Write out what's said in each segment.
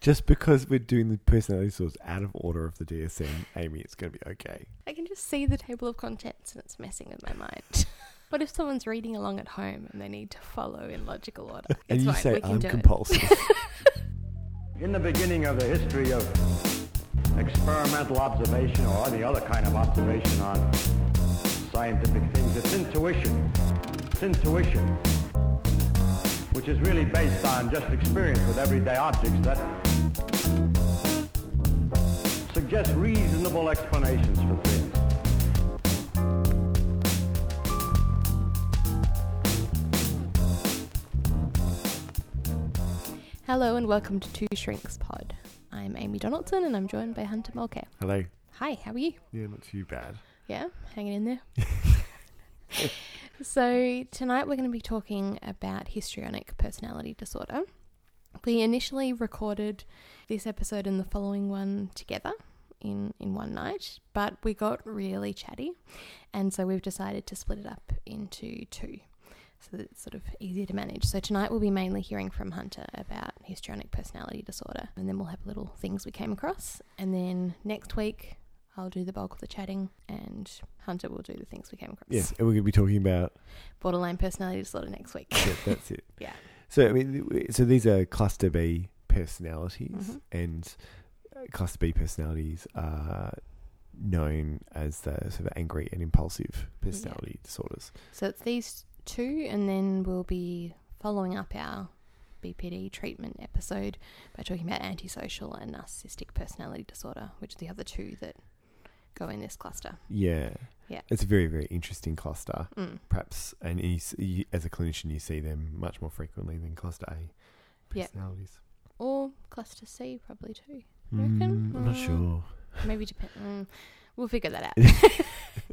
Just because we're doing the personality sorts out of order of the DSM, Amy, it's going to be okay. I can just see the table of contents and it's messing with my mind. What if someone's reading along at home and they need to follow in logical order? It's and you fine, say we can I'm do it. compulsive. In the beginning of the history of experimental observation or any other kind of observation on scientific things, it's intuition. It's intuition, which is really based on just experience with everyday objects that suggest reasonable explanations for things. Hello and welcome to Two Shrinks Pod. I'm Amy Donaldson and I'm joined by Hunter Mulcair. Hello. Hi, how are you? Yeah, not too bad. Yeah, hanging in there. so, tonight we're going to be talking about histrionic personality disorder. We initially recorded this episode and the following one together in, in one night, but we got really chatty, and so we've decided to split it up into two. So that it's sort of easier to manage. So tonight we'll be mainly hearing from Hunter about histrionic personality disorder, and then we'll have little things we came across. And then next week I'll do the bulk of the chatting, and Hunter will do the things we came across. Yes, and we're going to be talking about Borderline personality disorder next week. yeah, that's it. Yeah. So I mean, th- so these are cluster B personalities, Mhm. and uh, cluster B personalities are known as the sort of angry and impulsive personality disorders. So it's these two, and then we'll be following up our BPD treatment episode by talking about antisocial and narcissistic personality disorder, which are the other two that go in this cluster. Yeah. Yeah. It's a very very interesting cluster. Mm. Perhaps, and you, s- you, as a clinician, you see them much more frequently than cluster A Yeah. personalities. Or cluster C, probably too. reckon? Mm, I'm not Mm. sure. Maybe Japan. Mm, we'll figure that out.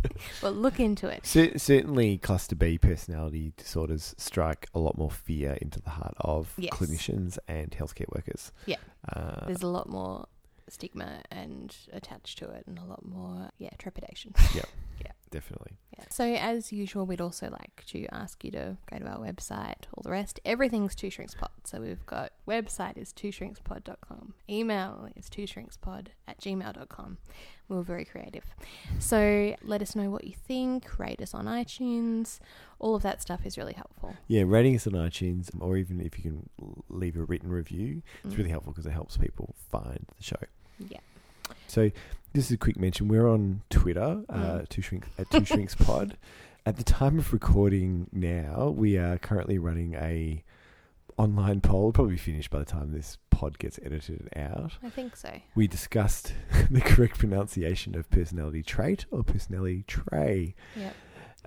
we'll look into it. Cer- certainly, cluster B personality disorders strike a lot more fear into the heart of Yes. clinicians and healthcare workers. Yeah. Uh, There's a lot more stigma and attached to it, and a lot more, yeah, trepidation. definitely. Yeah. So as usual, we'd also like to ask you to go to our website, all the rest. Everything's Two Shrinks Pod. So we've got website is twoshrinkspod.com. Email is twoshrinkspod at gmail.com. We We're very creative. So let us know what you think. Rate us on iTunes. All of that stuff is really helpful. Yeah, rating us on iTunes, or even if you can l- leave a written review, it's Mm. really helpful because it helps people find the show. Yeah. So, this is a quick mention. We're on Twitter, uh, Mm. two shrinks, at Two Shrinks Pod. At the time of recording now, we are currently running a online poll, probably finished by the time this pod gets edited and out. I think so. We discussed the correct pronunciation of personality trait or personality tray Yeah.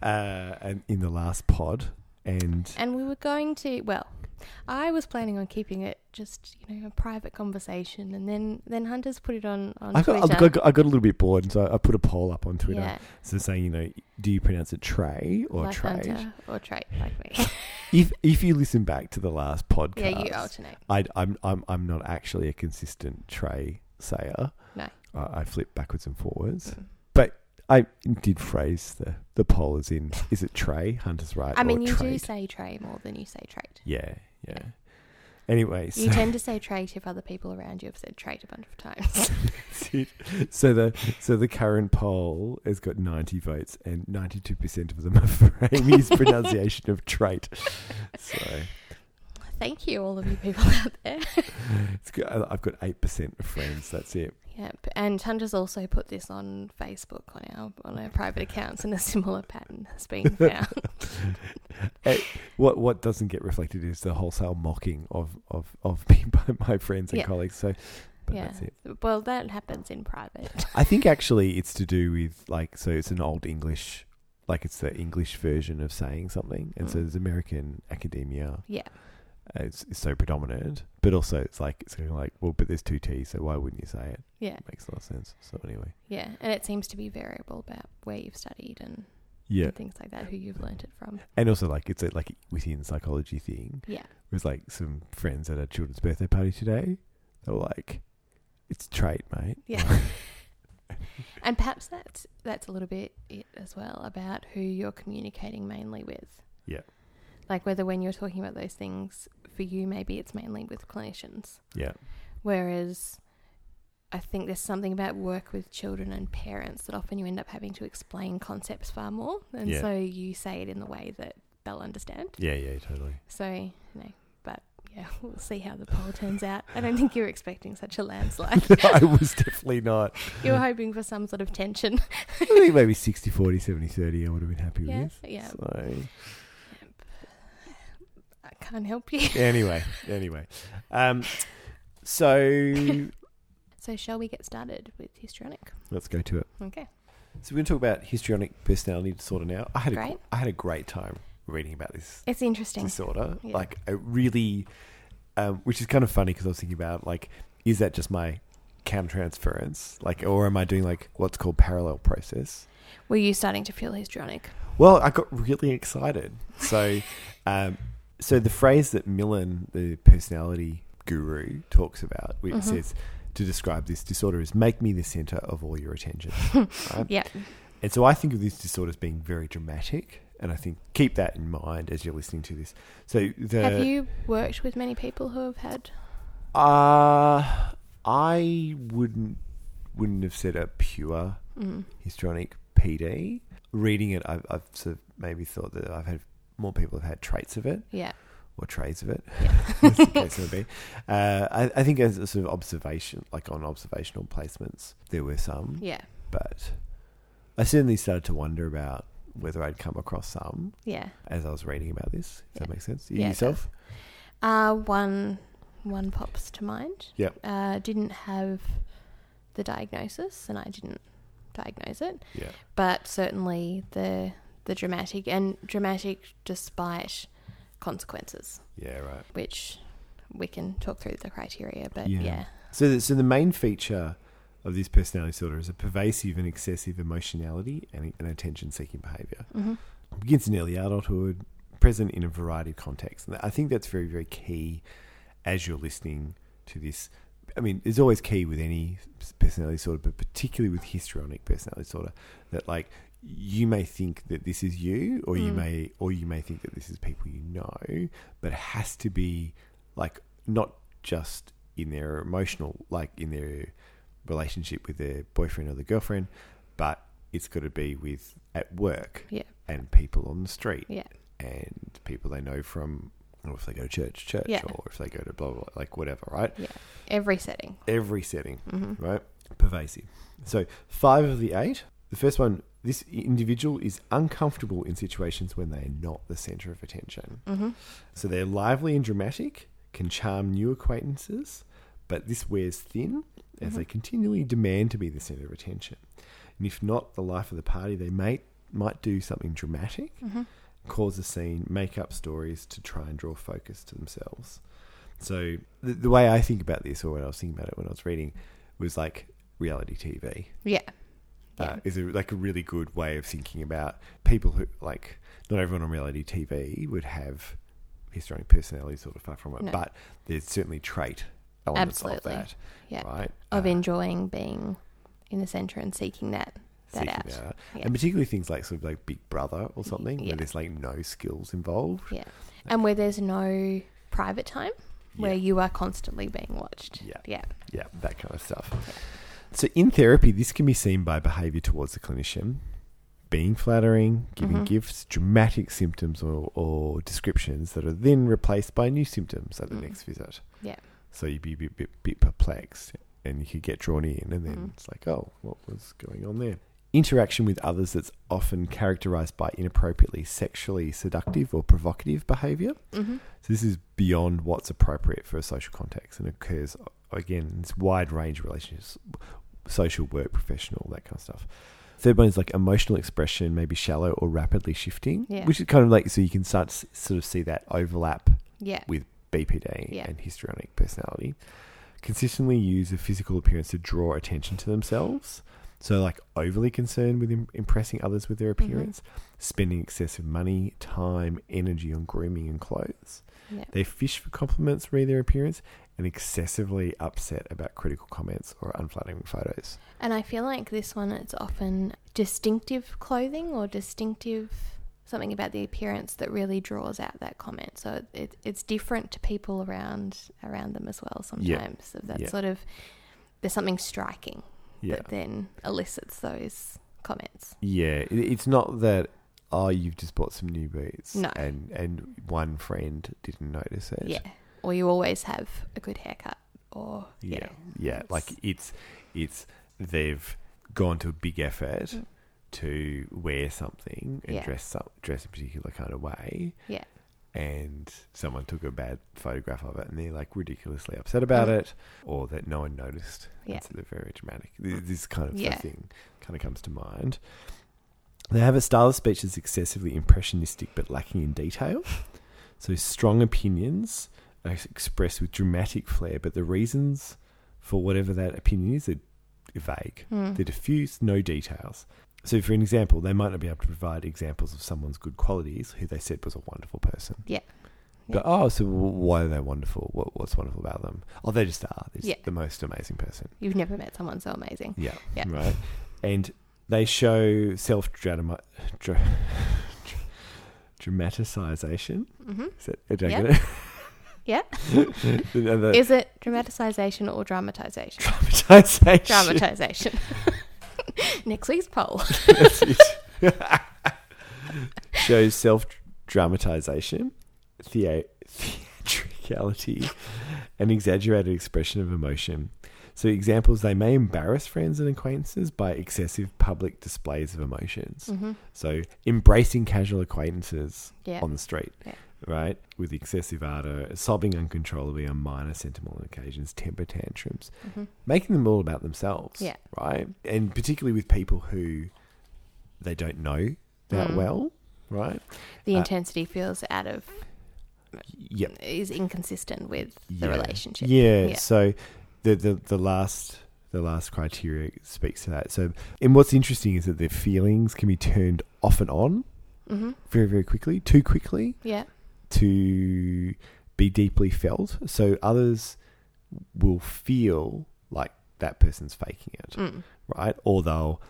uh, and in the last pod. And And we were going to, well, I was planning on keeping it just, you know, a private conversation. And then, then Hunter's put it on, on I Twitter. got, I, got, I got a little bit bored, and so I put a poll up on Twitter. Yeah. So saying, you know, do you pronounce it tray or like trade? Hunter or trait like me. If if you listen back to the last yeah, podcast, you alternate. I, I'm I'm I'm not actually a consistent tray sayer. No. I, I flip backwards and forwards. Mm. But I did phrase the the poll as in is it tray? Hunter's right. I mean, or you do trade? say trait more than you say trait. Yeah, yeah. Anyway, so You tend to say trait if other people around you have said trait a bunch of times. so the so the current poll has got ninety votes, and ninety two percent of them are for Amy's pronunciation of trait. So Thank you, all of you people out there. it's good. I- I've got eight percent of friends. That's it. Yep. And Hunter's also put this on Facebook on our on our private accounts, and a similar pattern has been found. What what doesn't get reflected is the wholesale mocking of of of me by my friends and Yeah. colleagues. So, but yeah. that's it. Well, that happens in private. I think actually it's to do with like so it's an old English. Like it's the English version of saying something, and so Mm. there's American academia Yeah. uh, it's, it's so predominant, but also it's like it's kind of like well, but there's two T's, so why wouldn't you say it? Yeah. Makes a lot of sense. So anyway, Yeah. And it seems to be variable about where you've studied and, yeah, and things like that, who you've learnt it from. and also like it's a like within psychology thing. Yeah. It was like some friends at a children's birthday party today. They were like, "It's a trait, mate." Yeah. and perhaps that's that's a little bit it as well about who you're communicating mainly with. Yeah. Like whether when you're talking about those things for you maybe it's mainly with clinicians Yeah, Whereas I think there's something about work with children and parents that often you end up having to explain concepts far more. And Yeah. so you say it in the way that they'll understand. Yeah, yeah, totally. So, you know, but yeah, we'll see how the poll turns out. I don't think you were expecting such a landslide. I was definitely not. you were hoping for some sort of tension. I think maybe 60, 40, 70, 30 I would have been happy Yeah, with. yeah. So, I can't help you. anyway, anyway. Um, so So, shall we get started with histrionic? let's go to it. Okay. So we're going to talk about histrionic personality disorder now. I had a, Great. I had a great time reading about this It's interesting. disorder. Yeah. Like it really, um, which is kind of funny because I was thinking about like, is that just my countertransference? Like, or am I doing like what's called parallel process? Were you starting to feel histrionic? Well, I got really excited. So, um, so the phrase that Millen, the personality guru, talks about, which Mhm. says to describe this disorder is make me the center of all your attention. right? Yeah. And so I think of this disorder as being very dramatic. And I think keep that in mind as you're listening to this. So the have you worked with many people who have had? Uh I wouldn't wouldn't have said a pure Mm. histrionic PD. Reading it, I've, I've sort of maybe thought that I've had more people have had traits of it Yeah. or traits of it. as the case may be. Uh, I, I think as a sort of observation, like on observational placements, there were some, Yeah. but I certainly started to wonder about whether I'd come across some Yeah. as I was reading about this. If that makes sense, You Yeah, it yourself, Uh, one one pops to mind. Yep. Uh, didn't have the diagnosis, and I didn't diagnose it, yeah, but certainly the the dramatic and dramatic despite consequences, yeah, right. which we can talk through the criteria. But Yeah. yeah, So, the, so the main feature of this personality disorder is a pervasive and excessive emotionality and, and attention-seeking behaviour. hmm It begins in early adulthood, present in a variety of contexts, and I think that's very, very key as you're listening to this. I mean, it's always key with any personality disorder, but particularly with histrionic personality disorder, that like you may think that this is you, or you Mm. may, or you may think that this is people you know, but it has to be like not just in their emotional, like in their relationship with their boyfriend or the girlfriend, but it's got to be with at work Yeah. and people on the street Yeah. and people they know from, or if they go to church, church, Yeah. or if they go to blah, blah, blah, like whatever, right? every setting. Every setting, hmm right? Pervasive. So, five of the eight. The first one this individual is uncomfortable in situations when they are not the center of attention. hmm So they're lively and dramatic, can charm new acquaintances, but this wears thin as they continually demand to be the centre of attention. And if not the life of the party, they may, might do something dramatic, Mhm. cause a scene, make up stories to try and draw focus to themselves. So the, the way I think about this, or when I was thinking about it when I was reading, was like reality TV Yeah. uh, Yeah. is a, like a really good way of thinking about people who like not everyone on reality TV would have histrionic personality sort of far from it, No. but there's certainly trait elements Absolutely. of that, Yeah. right? Of Uh, enjoying being in the center and seeking that that seeking out. that Yeah. and particularly things like sort of like Big Brother or something where yeah. there's like no skills involved. Yeah. And where there's no private time, where Yeah. you are constantly being watched. Yeah. Yeah. Yeah, that kind of stuff. So in therapy, this can be seen by behavior towards the clinician, being flattering, giving Mhm. gifts, dramatic symptoms or, or descriptions that are then replaced by new symptoms at the Mm. next visit. Yeah. So you'd be a bit, bit, bit perplexed and you could get drawn in and then Mhm. it's like, oh, what was going on there? Interaction with others that's often characterized by inappropriately sexually seductive or provocative behavior. Mm-hmm. So this is beyond what's appropriate for a social context and occurs again in this wide range of relationships, social work, professional, that kind of stuff. Third one is like emotional expression, maybe shallow or rapidly shifting, Yeah. which is kind of like so you can start to s- sort of see that overlap Yeah. BPD Yeah. and histrionic personality. Consistently use a physical appearance to draw attention to themselves. So, like overly concerned with im- impressing others with their Mm-hmm. appearance, spending excessive money, time, energy on grooming and clothes. Yeah. They fish for compliments re their appearance and excessively upset about critical comments or unflattering photos. And I feel like this one, it's often distinctive clothing or distinctive something about the appearance that really draws out that comment. So it, it, it's different to people around around them as well sometimes. Yeah. So that Yeah. sort of there's something striking Yeah. that then elicits those comments. Yeah, it, it's not that oh you've just bought some new boots. No. and and one friend didn't notice it. Yeah. Or you always have a good haircut or yeah, yeah. yeah. Like it's it's they've gone to a big effort Mm. to wear something and Yeah. dress some dress a particular kind of way. Yeah. And someone took a bad photograph of it, and they're like ridiculously upset about Mm. it, or that no one noticed. Yeah. And so they're very dramatic. Th- This kind of Yeah. thing kind of comes to mind. They have a style of speech that's excessively impressionistic but lacking in detail. So strong opinions are expressed with dramatic flair, but the reasons for whatever that opinion is are vague. Mm. They're diffuse, no details. So, for an example, they might not be able to provide examples of someone's good qualities, who they said was a wonderful person. Yeah. But oh, so w- why are they wonderful? What, what's wonderful about them? Oh, they just are. They're just Yeah. the most amazing person. You've never met someone so amazing. Yeah. Yeah. Right. And they show self dra- dramatization. hmm Is that, did I Yeah. get it? Yeah. The- the Is it dramatization or dramatization? dramatization. dramatization. Next week's poll. That's it. Shows self dramatization, thea- theatricality, and exaggerated expression of emotion. So, examples they may embarrass friends and acquaintances by excessive public displays of emotions. hmm So, embracing casual acquaintances Yeah. on the street, Yeah. right? With excessive ardor, sobbing uncontrollably on minor sentimental occasions, temper tantrums, Mhm. making them all about themselves, Yeah. right? And particularly with people who they don't know that Mm. well, right? The Uh, intensity feels out of Yep. is inconsistent with the Yeah. relationship. Yeah. Yeah. So the, the the last the last criteria speaks to that. So and what's interesting is that their feelings can be turned off and on hmm very very quickly, too quickly Yeah. to be deeply felt. So others will feel like that person's faking it, Mm. right? Or they'll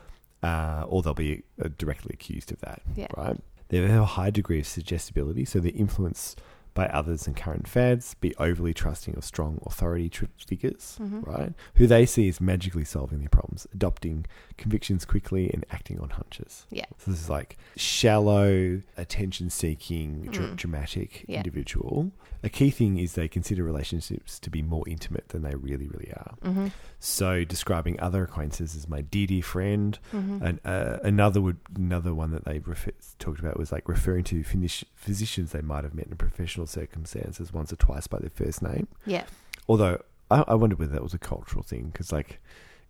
uh, or they'll be uh, directly accused of that, Yeah. right? They have a high degree of suggestibility, so they're influenced by others and current fads, be overly trusting of strong authority tr- figures, Mhm. right? Who they see as magically solving their problems, adopting convictions quickly and acting on hunches. Yeah. So this is like shallow, attention seeking, dr- Mm. dramatic Yeah. individual. A key thing is they consider relationships to be more intimate than they really, really are. hmm So describing other acquaintances as my dear, dear friend, hmm and uh, another would another one that they refer, talked about was like referring to finish, physicians they might have met in professional circumstances once or twice by their first name. Yeah. Although I, I wonder whether that was a cultural thing because, like,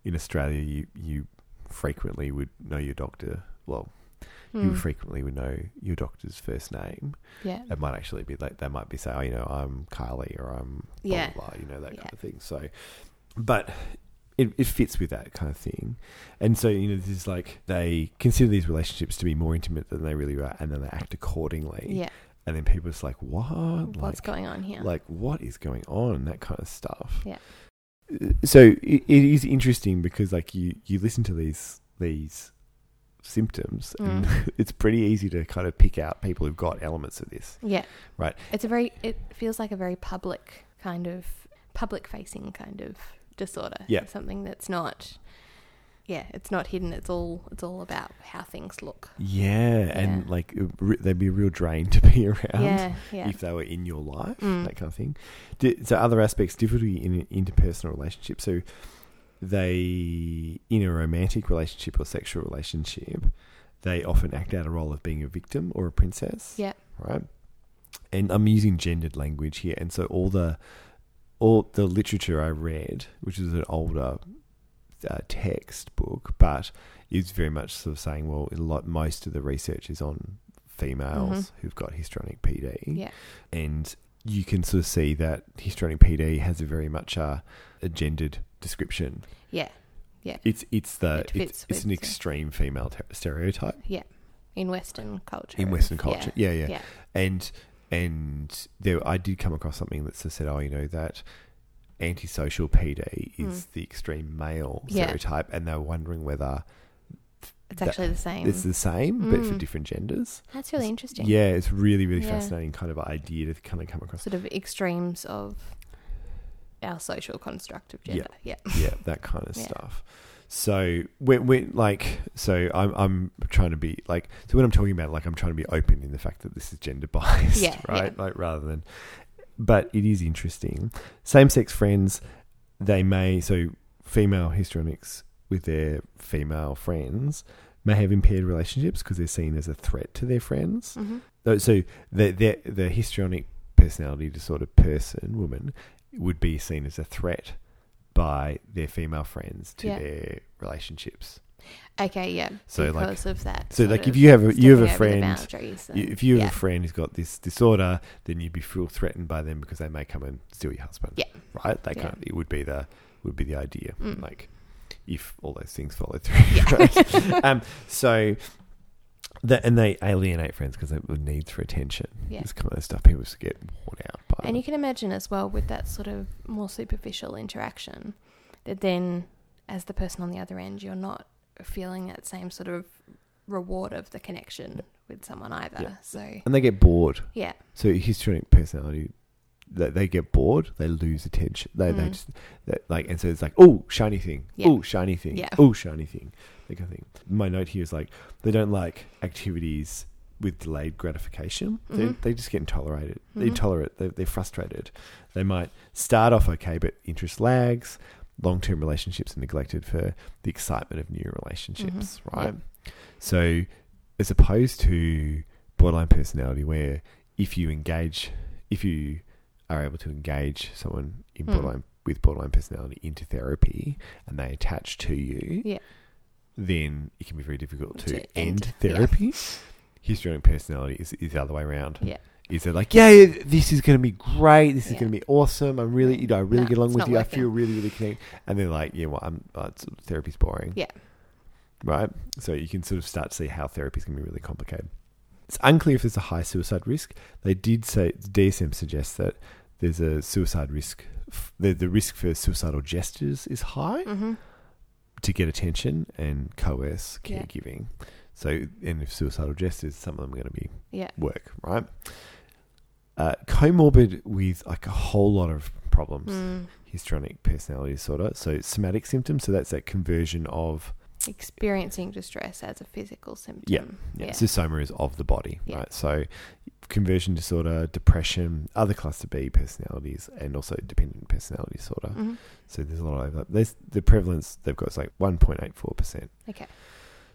in Australia, you you frequently would know your doctor. Well, you Mm. frequently would know your doctor's first name. Yeah. It might actually be like they might be saying, "Oh, you know, I'm Kylie," or "I'm blah Yeah. blah, blah," you know that Yeah. kind of thing. So, but it, it fits with that kind of thing, and so you know this is like they consider these relationships to be more intimate than they really are, and then they act accordingly. Yeah. And then people are just like, "What? What's like, going on here? like what is going on?" That kind of stuff. Uh, Yeah. So it, it is interesting because like you you listen to these these symptoms and Mm. it's pretty easy to kind of pick out people who've got elements of this yeah. Right. It's a very. It feels like a very public kind of public-facing kind of disorder. Yeah. Something that's not. Yeah, it's not hidden. It's all. It's all about how things look. Yeah, and Yeah. like it re- they'd be a real drain to be around Yeah. Yeah. if they were in your life, Mm. that kind of thing. Di- so other aspects, difficulty in an interpersonal relationship. So they in a romantic relationship or sexual relationship, they often act out a role of being a victim or a princess. Yeah. Right. And I'm using gendered language here, and so all the all the literature I read, which is an older uh, textbook, but is very much sort of saying, well, a lot most of the research is on females Mm-hmm. who've got histrionic PD, Yeah. and you can sort of see that histrionic PD has a very much a, a gendered description. Yeah. It's it's the It it's, fits it's an with- extreme female ter- stereotype In Western culture. in it's- Western culture. Yeah, yeah. Yeah. And and there I did come across something that sort of said, oh, you know that antisocial PD is the extreme male Hmm. Yeah. stereotype, and they're wondering whether It's That- actually the same. It's the same, but for Mm. different genders. That's really interesting. Yeah, it's really, really Yeah. fascinating kind of idea to kind of come across. Sort of extremes of our social construct of Yeah. gender. Yeah. yeah, that kind of Yeah. stuff. So when when like so I'm I'm trying to be like so when I'm talking about it, like I'm trying to be open in the fact that this is gender biased, Yeah, yeah. right? Like rather than but it is interesting. Same sex friends, they may so female histrionics with their female friends may have impaired relationships because they're seen as a threat to their friends. Mm-hmm. Though- So the the the histrionic personality disorder person woman would be seen as a threat by their female friends to Yeah. their relationships. Okay, yeah. So, like- because of that. So sort like if of you have a, you have a stepping over the friend boundaries you- and- if you have yeah. a friend who's got this disorder, then you'd be feel threatened by them because they may come and steal your husband. Yeah. Right? That Yeah. kind of, it would be the would be the idea. Mm. Like if all those things follow through. right? um so that and they alienate friends because of the needs for attention. Yeah. This kind of stuff people just get worn out by. And you can imagine as well with that sort of more superficial interaction that then, as the person on the other end, you're not feeling that same sort of reward of the connection with someone either. Yeah. So, and they get bored. yeah. So histrionic personality, they, they get bored, they lose attention. They, they Mm. just they, like, and so it's like, oh, shiny thing, Yeah. oh, shiny thing, Yeah. oh, shiny thing. That kind of thing. My note here is like, they don't like activities with delayed gratification. They, Mhm. they just get intolerant. Mhm. Intolerant. They, they're frustrated. They might start off okay, but interest lags. Long-term relationships are neglected for the excitement of new relationships, Mhm. right? So, as opposed to borderline personality, where if you engage, if you are able to engage someone in Mm. borderline with borderline personality into therapy and they attach to you, Yeah. then it can be very difficult to, To end, end, yeah. therapy. Histrionic personality is, is the other way around. Yeah. Is it like, yeah, yeah, this is going to be great. This is Yeah. going to be awesome. I'm really, you know, I really No, get along it's with not you. I working. feel really, really connected. And they're like, yeah, well, I'm, uh, it's- therapy's boring. Yeah. Right. So you can sort of start to see how therapy's going to be really complicated. It's unclear if there's a high suicide risk. They did say DSM suggests that there's a suicide risk. f- The, the risk for suicidal gestures is high hmm to get attention and coerce Yeah. caregiving. So, and if suicidal gestures, some of them are going to be Yeah. work, right? Uh, comorbid with like a whole lot of problems, Mm. histrionic personality disorder. So, somatic symptoms. So, that's that conversion of Experiencing distress as a physical symptom. yeah. Yeah. Schistoma is of the body, Yeah. right? So, conversion disorder, depression, other cluster B personalities, and also dependent personality disorder. Mhm. So, there's a lot of overlap. There's the prevalence they've got is like 1.84%. Okay.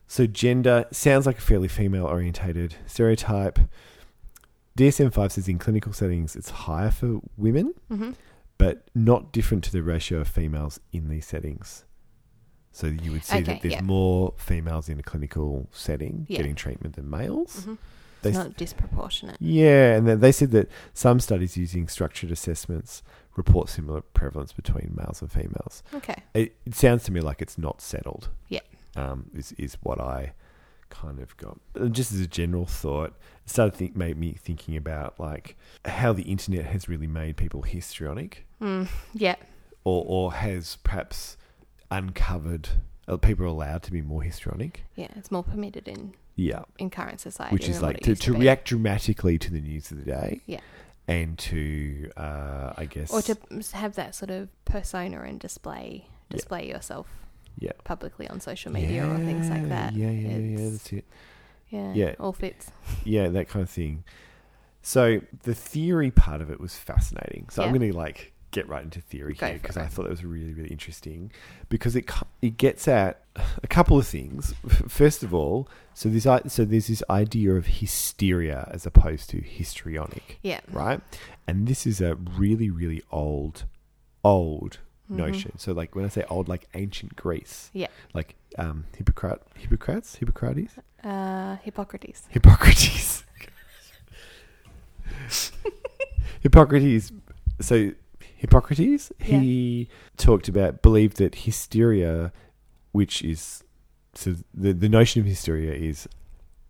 So, gender sounds like a fairly female orientated stereotype. DSM 5 says in clinical settings it's higher for women, hmm but not different to the ratio of females in these settings. So, you would see Okay, that there's yeah. more females in a clinical setting Yeah. getting treatment than males. hmm They It's s- not disproportionate. yeah, and then they said that some studies using structured assessments report similar prevalence between males and females. Okay. It, it sounds to me like it's not settled. Yeah. um, is is what I kind of got. Uh, Just as a general thought, it started think made me thinking about like how the internet has really made people histrionic, Mm. Yeah. or or has perhaps uncovered uh, people are allowed to be more histrionic. Yeah. It's more permitted in, Yeah, in current society. which is than what like it to, used to be. react dramatically to the news of the day. Yeah. And to, uh, I guess, or to have that sort of persona and display Yeah. display yourself Yeah. publicly on social media or things like that Yeah, yeah, yeah, yeah, It's- that's it. yeah, Yeah. all fits Yeah, that kind of thing. So the theory part of it was fascinating. So I'm Yeah. going to like get right into theory Go here for because it. I thought that was really, really interesting because it co- it gets at a couple of things. First of all, so this i- so there's this idea of hysteria as opposed to histrionic. yeah right? And this is a really, really old, old Mhm. notion. So, like when I say old, like ancient Greece, Yeah. like um, Hippocrat, Hippocrates, Hippocrates, uh hippocrates Hippocrates, Hippocrates. So, Hippocrates, he talked about believed that hysteria, which is so the the notion of hysteria is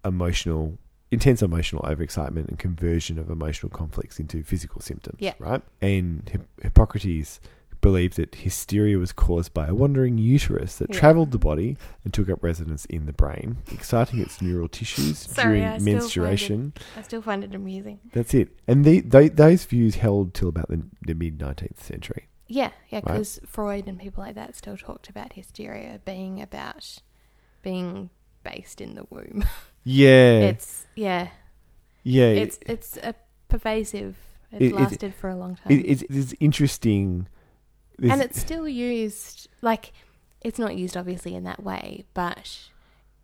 emotional intense emotional overexcitement and conversion of emotional conflicts into physical symptoms Yeah. right and Hi- hippocrates believed that hysteria was caused by a wandering uterus that Yeah. traveled the body and took up residence in the brain, exciting its neural tissues Sorry, I during still find it- menstruation. I still find it amusing. That's it. And the, tho- those views held till about the, the mid 19th century. Yeah, yeah, Right. because Freud and people like that still talked about hysteria being about being based in the womb. Yeah. It's yeah, yeah. it's it's a pervasive. It's It- it- lasted for a long time, it, it's, it's interesting. There's- and it's still used. Like, it's not used obviously in that way, but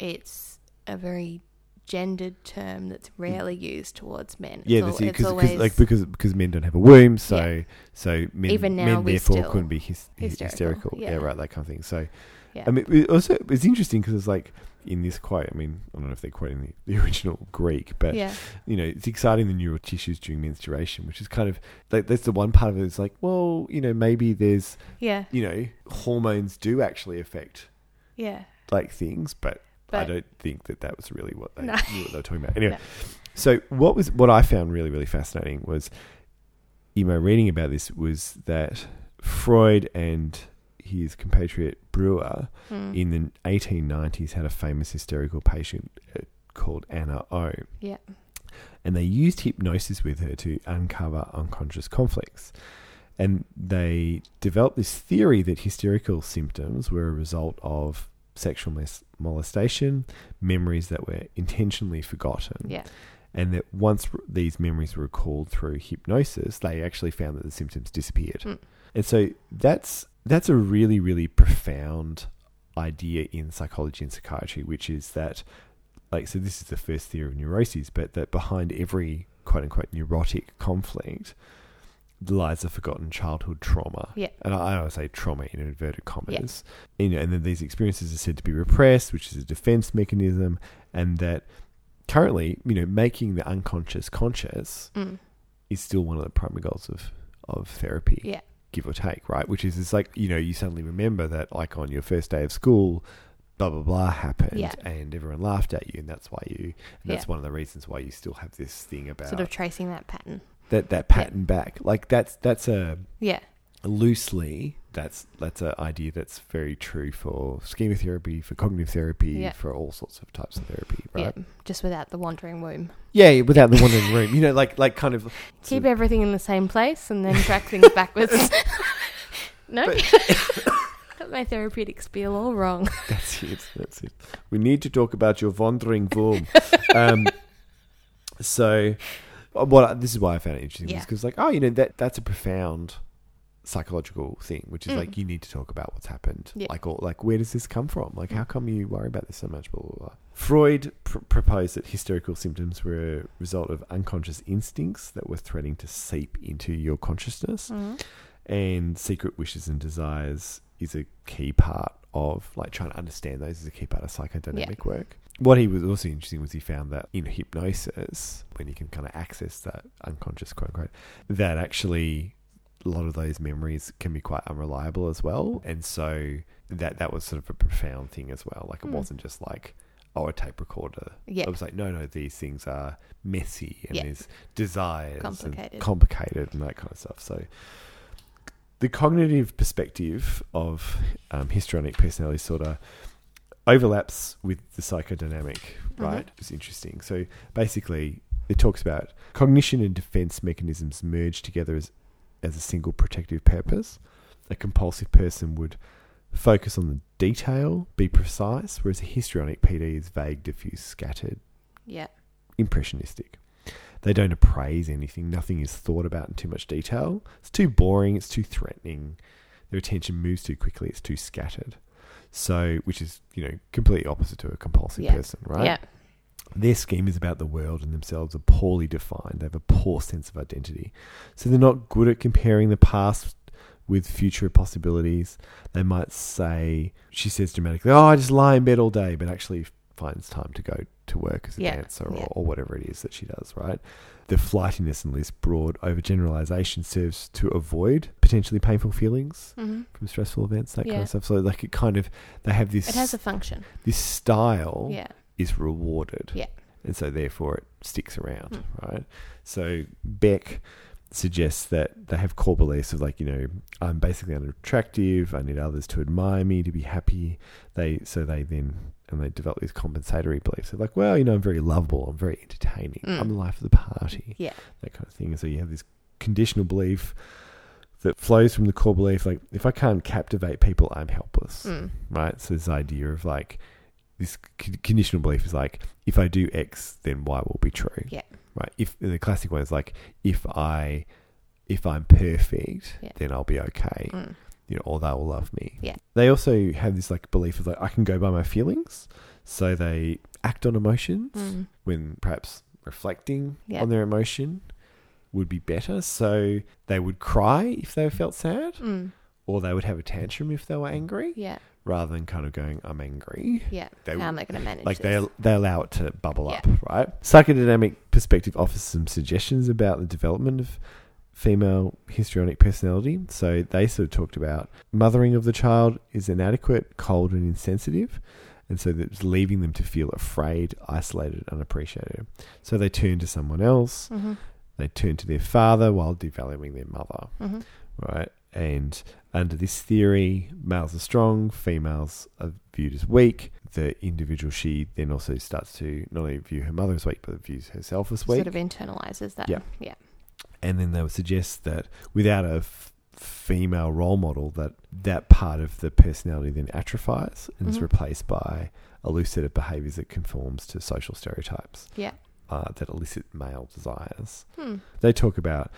it's a very gendered term that's rarely used towards men. Mm. yeah, it's, that's al- it, it's cause, 'cause, always like because because men don't have a womb, so so men, Even now men we're therefore still couldn't be hys- hy- hysterical, hysterical, yeah. yeah. right, that kind of thing. So, Yeah. I mean, it also it's interesting because it's like in this quote. I mean, I don't know if they're quoting the, the original Greek, but yeah, you know, it's exciting the neural tissues during menstruation, which is kind of like that's the one part of it. It's like, well, you know, maybe there's yeah, you know hormones do actually affect yeah. like things, but, I But- don't think that that was really what they No. knew what they were talking about. Anyway, No. so what was what I found really really fascinating was, in my reading about this, was that Freud and his compatriot Brewer Mm. in the 1890s had a famous hysterical patient uh, called Anna O. Yeah. And they used hypnosis with her to uncover unconscious conflicts. And they developed this theory that hysterical symptoms were a result of sexual mes- molestation, memories that were intentionally forgotten. Yeah. And that once r- these memories were recalled through hypnosis, they actually found that the symptoms disappeared. Mm. And so that's that's a really really profound idea in psychology and psychiatry, which is that like so this is the first theory of neuroses, but that behind every quote unquote neurotic conflict lies a forgotten childhood trauma. Yeah. And I, I always say trauma in inverted commas. You know, and then these experiences are said to be repressed, which is a defense mechanism, and that currently, you know, making the unconscious conscious Mm. is still one of the primary goals of of therapy Yeah. give or take, right? Which is it's like, you know, you suddenly remember that like on your first day of school, blah blah blah happened Yeah. and everyone laughed at you and that's why you and that's Yeah. one of the reasons why you still have this thing about Sort of tracing that pattern. that that pattern back. Like that's that's a Yeah, loosely that's that's an idea that's very true for schema therapy, for cognitive therapy, Yeah. for all sorts of types of therapy, right? yeah. Just without the wandering womb. Yeah, without the wandering room. You know, like like kind of Keep everything in the same place and then track things backwards. no? Got my therapeutic spiel all wrong. That's it. That's it. We need to talk about your wandering womb. um, so, uh, what this is why I found it interesting Yeah. because, like, oh, you know that that's a profound psychological thing, which is like you need to talk about what's happened. Mm. Yeah. Mm. Like, or like, where does this come from? Like, how come you worry about this so much? Blah blah. blah. Freud pr- proposed that hysterical symptoms were a result of unconscious instincts that were threatening to seep into your consciousness Mm. and secret wishes and desires is a key part of like trying to understand those is a key part of psychodynamic work. What he was also interesting was he found that in hypnosis, when you can kind of access that unconscious quote unquote, that actually a lot of those memories can be quite unreliable as well. And so that that was sort of a profound thing as well. Like it Hmm. wasn't just like oh a tape recorder. Yeah. It was like no no these things are messy and Yeah. there's desires and Complicated. complicated and that kind of stuff. So the cognitive perspective of um, histrionic personality disorder overlaps with the psychodynamic, Mm-hmm. right? It's interesting. So basically, it talks about cognition and defense mechanisms merge together as, as a single protective purpose. A compulsive person would focus on the detail, be precise, whereas a histrionic PD is vague, diffuse, scattered, Yeah. impressionistic. They don't appraise anything. Nothing is thought about in too much detail. It's too boring. It's too threatening. Their attention moves too quickly. It's too scattered. So, which is, you know, completely opposite to a compulsive Yeah. person, right? Yeah. Their scheme is about the world and themselves are poorly defined. They have a poor sense of identity. So they're not good at comparing the past with future possibilities. They might say, she says dramatically, Oh, I just lie in bed all day, but actually finds time to go to work as a Yeah, dancer or, yeah. or whatever it is that she does, right? The flightiness and this broad overgeneralization serves to avoid potentially painful feelings hmm from stressful events, that kind Yeah. of stuff. So, like, it kind of, they have this, It has a function. this style Yeah. is rewarded. Yeah. Hmm. And so therefore it sticks around, Mm. right? So Beck suggests that they have core beliefs of like you know I'm basically unattractive. I need others to admire me to be happy. They so they then and they develop these compensatory beliefs. They're like, well, you know, I'm very lovable. I'm very entertaining. Mm. I'm the life of the party. Yeah. that kind of thing. And so you have this conditional belief that flows from the core belief like if I can't captivate people, I'm helpless. Mm. Right. So this idea of like this c- conditional belief is like if I do X, then Y will be true. Yeah. Right. If the classic one is like if I if I'm perfect, Yeah. then I'll be okay. Mm. You know, or they will love me. Yeah. They also have this like belief of like I can go by my feelings, so they act on emotions Mm. when perhaps reflecting Yeah. on their emotion would be better. So they would cry if they felt sad, Mm. or they would have a tantrum if they were angry, Yeah. rather than kind of going, I'm angry. Yeah. They- How am I going to manage Like they, this? they allow it to bubble Yeah. up, right? Psychodynamic perspective offers some suggestions about the development of female histrionic personality. So they sort of talked about mothering of the child is inadequate, cold, and insensitive. And so that's leaving them to feel afraid, isolated, unappreciated. So they turn to someone else. Mhm. They turn to their father while devaluing their mother, Mhm. right? And under this theory, males are strong, females are viewed as weak. The individual, she then also starts to not only view her mother as weak, but views herself as weak Sort of internalizes that. Yeah. Yeah. and then they would suggest that without a f- female role model that that part of the personality then atrophies and is Mhm. replaced by a loose set of behaviors that conforms to social stereotypes Yeah. uh, that elicit male desires Hmm. they talk about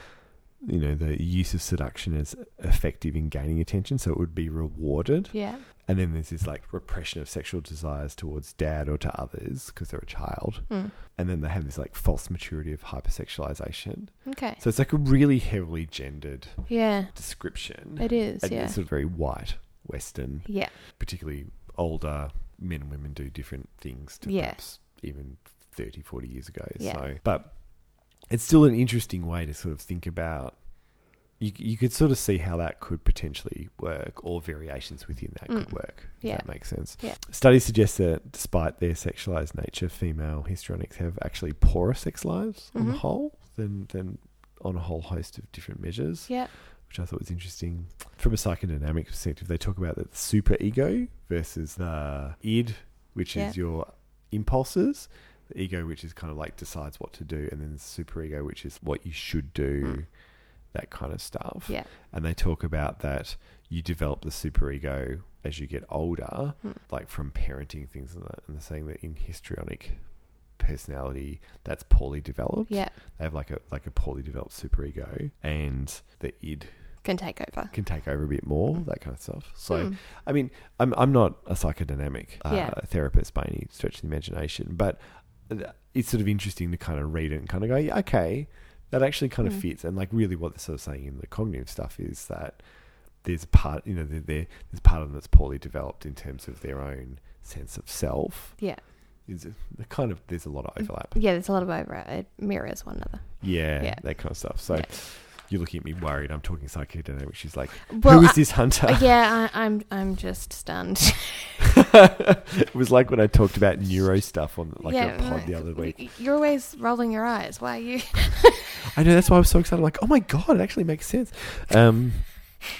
you know the use of seduction as effective in gaining attention so it would be rewarded Yeah. and then there's this like repression of sexual desires towards dad or to others because they're a child Mm. and then they have this like false maturity of hypersexualization Okay. so it's like a really heavily gendered Yeah. description. It is. and Yeah. it's sort of very white Western, Yeah. particularly older men and women do different things to Yeah. perhaps even 30, 40 years ago. Yeah. So, but it's still an interesting way to sort of think about. You, you could sort of see how that could potentially work, or variations within that could Mm. work. If Yeah. that makes sense. Yeah. Studies suggest that despite their sexualized nature, female histrionics have actually poorer sex lives on the Mhm. whole than than on a whole host of different measures Yeah. which I thought was interesting. From a psychodynamic perspective, they talk about the super ego versus the id, which Yeah. is your impulses. The ego, which is kind of like decides what to do, and then the super ego, which is what you should do, Mm. that kind of stuff. Yeah. And they talk about that you develop the super ego as you get older, Mm. like from parenting things and that. And they're saying that in histrionic personality, that's poorly developed. Yeah. They have like a like a poorly developed super ego, and the id Can take over. can take over a bit more, that kind of stuff. So, Hmm. I mean, I'm, I'm not a psychodynamic uh, Yeah. therapist by any stretch of the imagination, but th- it's sort of interesting to kind of read it and kind of go, yeah, okay, that actually kind Mm. of fits. And like, really, what they're sort of saying in the cognitive stuff is that there's a part, you know, there there- there's part of them that's poorly developed in terms of their own sense of self. Yeah. Mm. Is kind of there's a lot of overlap. Yeah. There's a lot of over. It mirrors one another. Yeah, Yeah. that kind of stuff. So. Yeah. You're looking at me worried. I'm talking psychodynamic. She's like, Well, "Who is I- uh, this hunter?" yeah. I, I'm. I'm just stunned. it was like when I talked about neuro stuff on like yeah. a pod the other week. You're always rolling your eyes. Why are you? I know that's why I was so excited. I'm like, oh my god, it actually makes sense. Um,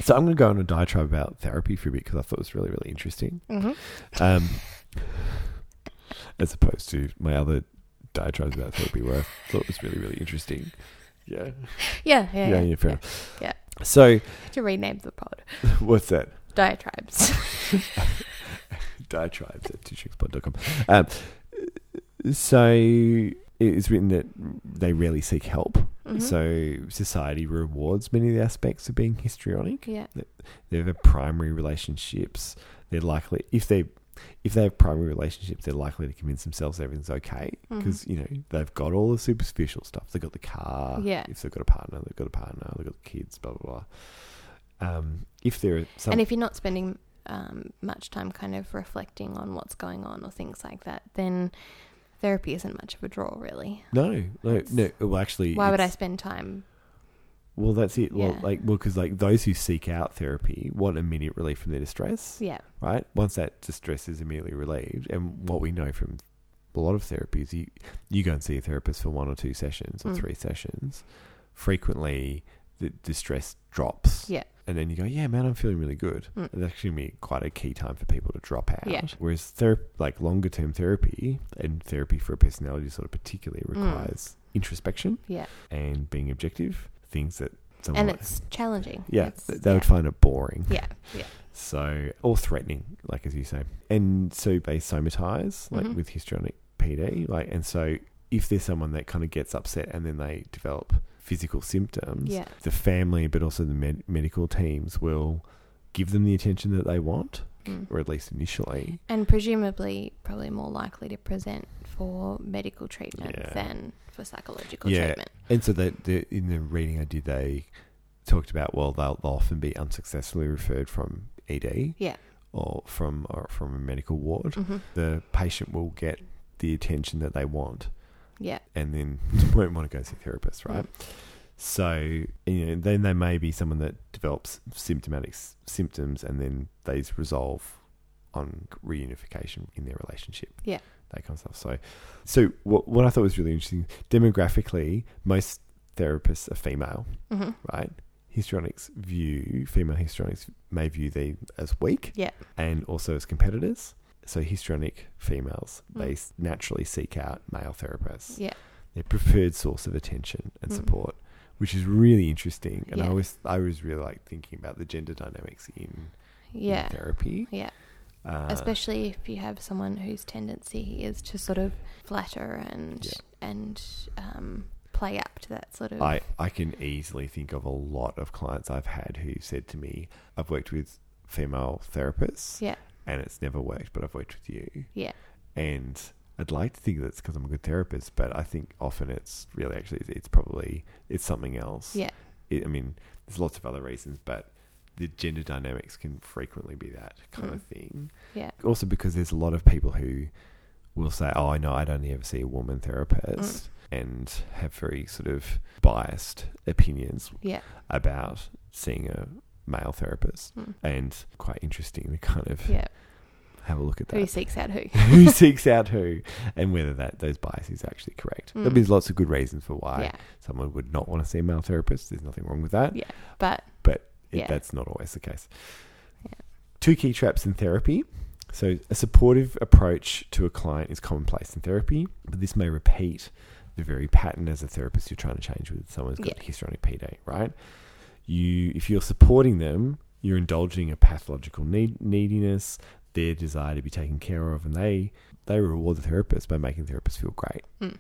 so I'm going to go on a diatribe about therapy for a bit because I thought it was really really interesting. hmm Um, as opposed to my other diatribes about therapy, where I thought it was really really interesting. Yeah, Yeah. Yeah. yeah, yeah, fair yeah. enough. yeah. So To rename the pod, what's that? diatribes. diatribes at twoshrinkspod.com. Um, so it's written that they rarely seek help. Mhm. So society rewards many of the aspects of being histrionic. Yeah. They have primary relationships. They're likely if they if they have primary relationships, they're likely to convince themselves everything's okay Mm-hmm. because you know they've got all the superficial stuff. They've got the car. Yeah. If they've got a partner, they've got a partner. They've got kids. Blah blah blah. Um, if there are some and if you're not spending um, much time kind of reflecting on what's going on or things like that, then therapy isn't much of a draw, really. no no It's- no well actually Why would I it's- spend time? Well, that's it. Well, Yeah. like, well, because like those who seek out therapy want immediate relief from their distress, Yeah. right? Once that distress is immediately relieved, and what we know from a lot of therapies, you you go and see a therapist for one or two sessions or Mm. three sessions frequently, the distress drops. Yeah. And then you go, yeah, man, I'm feeling really good. Mm. It's actually gonna be quite a key time for people to drop out. Yeah. Whereas ther- like longer term therapy and therapy for a personality disorder particularly requires introspection Mm. Yeah. and being objective, things that someone And it's challenging. yeah, It's- th- they would find it boring. yeah. Yeah. Yeah. So, or threatening, like as you say. And so they somatize, like Mhm. with histrionic PD. Like, and so if there's someone that kind of gets upset and then they develop physical symptoms, Yeah. the family, but also the med- medical teams will give them the attention that they want, Mm. or at least initially. And presumably, probably more likely to present for medical treatment Yeah. than for psychological Yeah. treatment. And so that the, in the reading I did, they talked about well, they'll, they'll often be unsuccessfully referred from ED, Yeah. or from or from a medical ward. hmm The patient will get the attention that they want, Yeah. and then won't want to go see a therapist, right? So you know, then they may be someone that develops symptomatic s- symptoms, and then these resolve on reunification in their relationship. Yeah. that kind of stuff. So, so what what I thought was really interesting demographically, most therapists are female, hmm right? Histrionics view female histrionics may view them as weak, Yeah. and also as competitors. So histrionic females they Mm. s- naturally seek out male therapists Yeah. their preferred source of attention and Mm. support, which is really interesting. And I Yeah. always, I was really like thinking about the gender dynamics in, in Yeah. therapy, Yeah. uh, Especially if you have someone whose tendency is to sort of flatter and Yeah. and um, play up to that sort of. I, I can easily think of a lot of clients I've had who said to me, I've worked with female therapists Yeah. and it's never worked, but I've worked with you. Yeah. And I'd like to think that's because I'm a good therapist, but I think often it's really actually, it's probably, it's something else. Yeah. it, I mean, there's lots of other reasons, but the gender dynamics can frequently be that kind of thing. Mm. Yeah. Also, because there's a lot of people who will say, "Oh, I know, I'd only ever see a woman Mm. therapist," and have very sort of biased opinions Yeah. about seeing a male therapist. Mm. And quite interesting to kind of Yeah. have a look at that. Who seeks out who? who seeks out who, and whether that those biases are actually correct. Mm. There'll be lots of good reasons for why Yeah. someone would not want to see a male therapist. There's nothing wrong with that. But it, Yeah. that's not always the case. Yeah. Two key traps in therapy. So, a supportive approach to a client is commonplace in therapy, but this may repeat the very pattern as a therapist you're trying to change with someone who's got Yeah. histrionic PD, right? You, if you're supporting them, you're indulging a pathological need, neediness, their desire to be taken care of, and they they reward the therapist by making therapists feel great. Mm.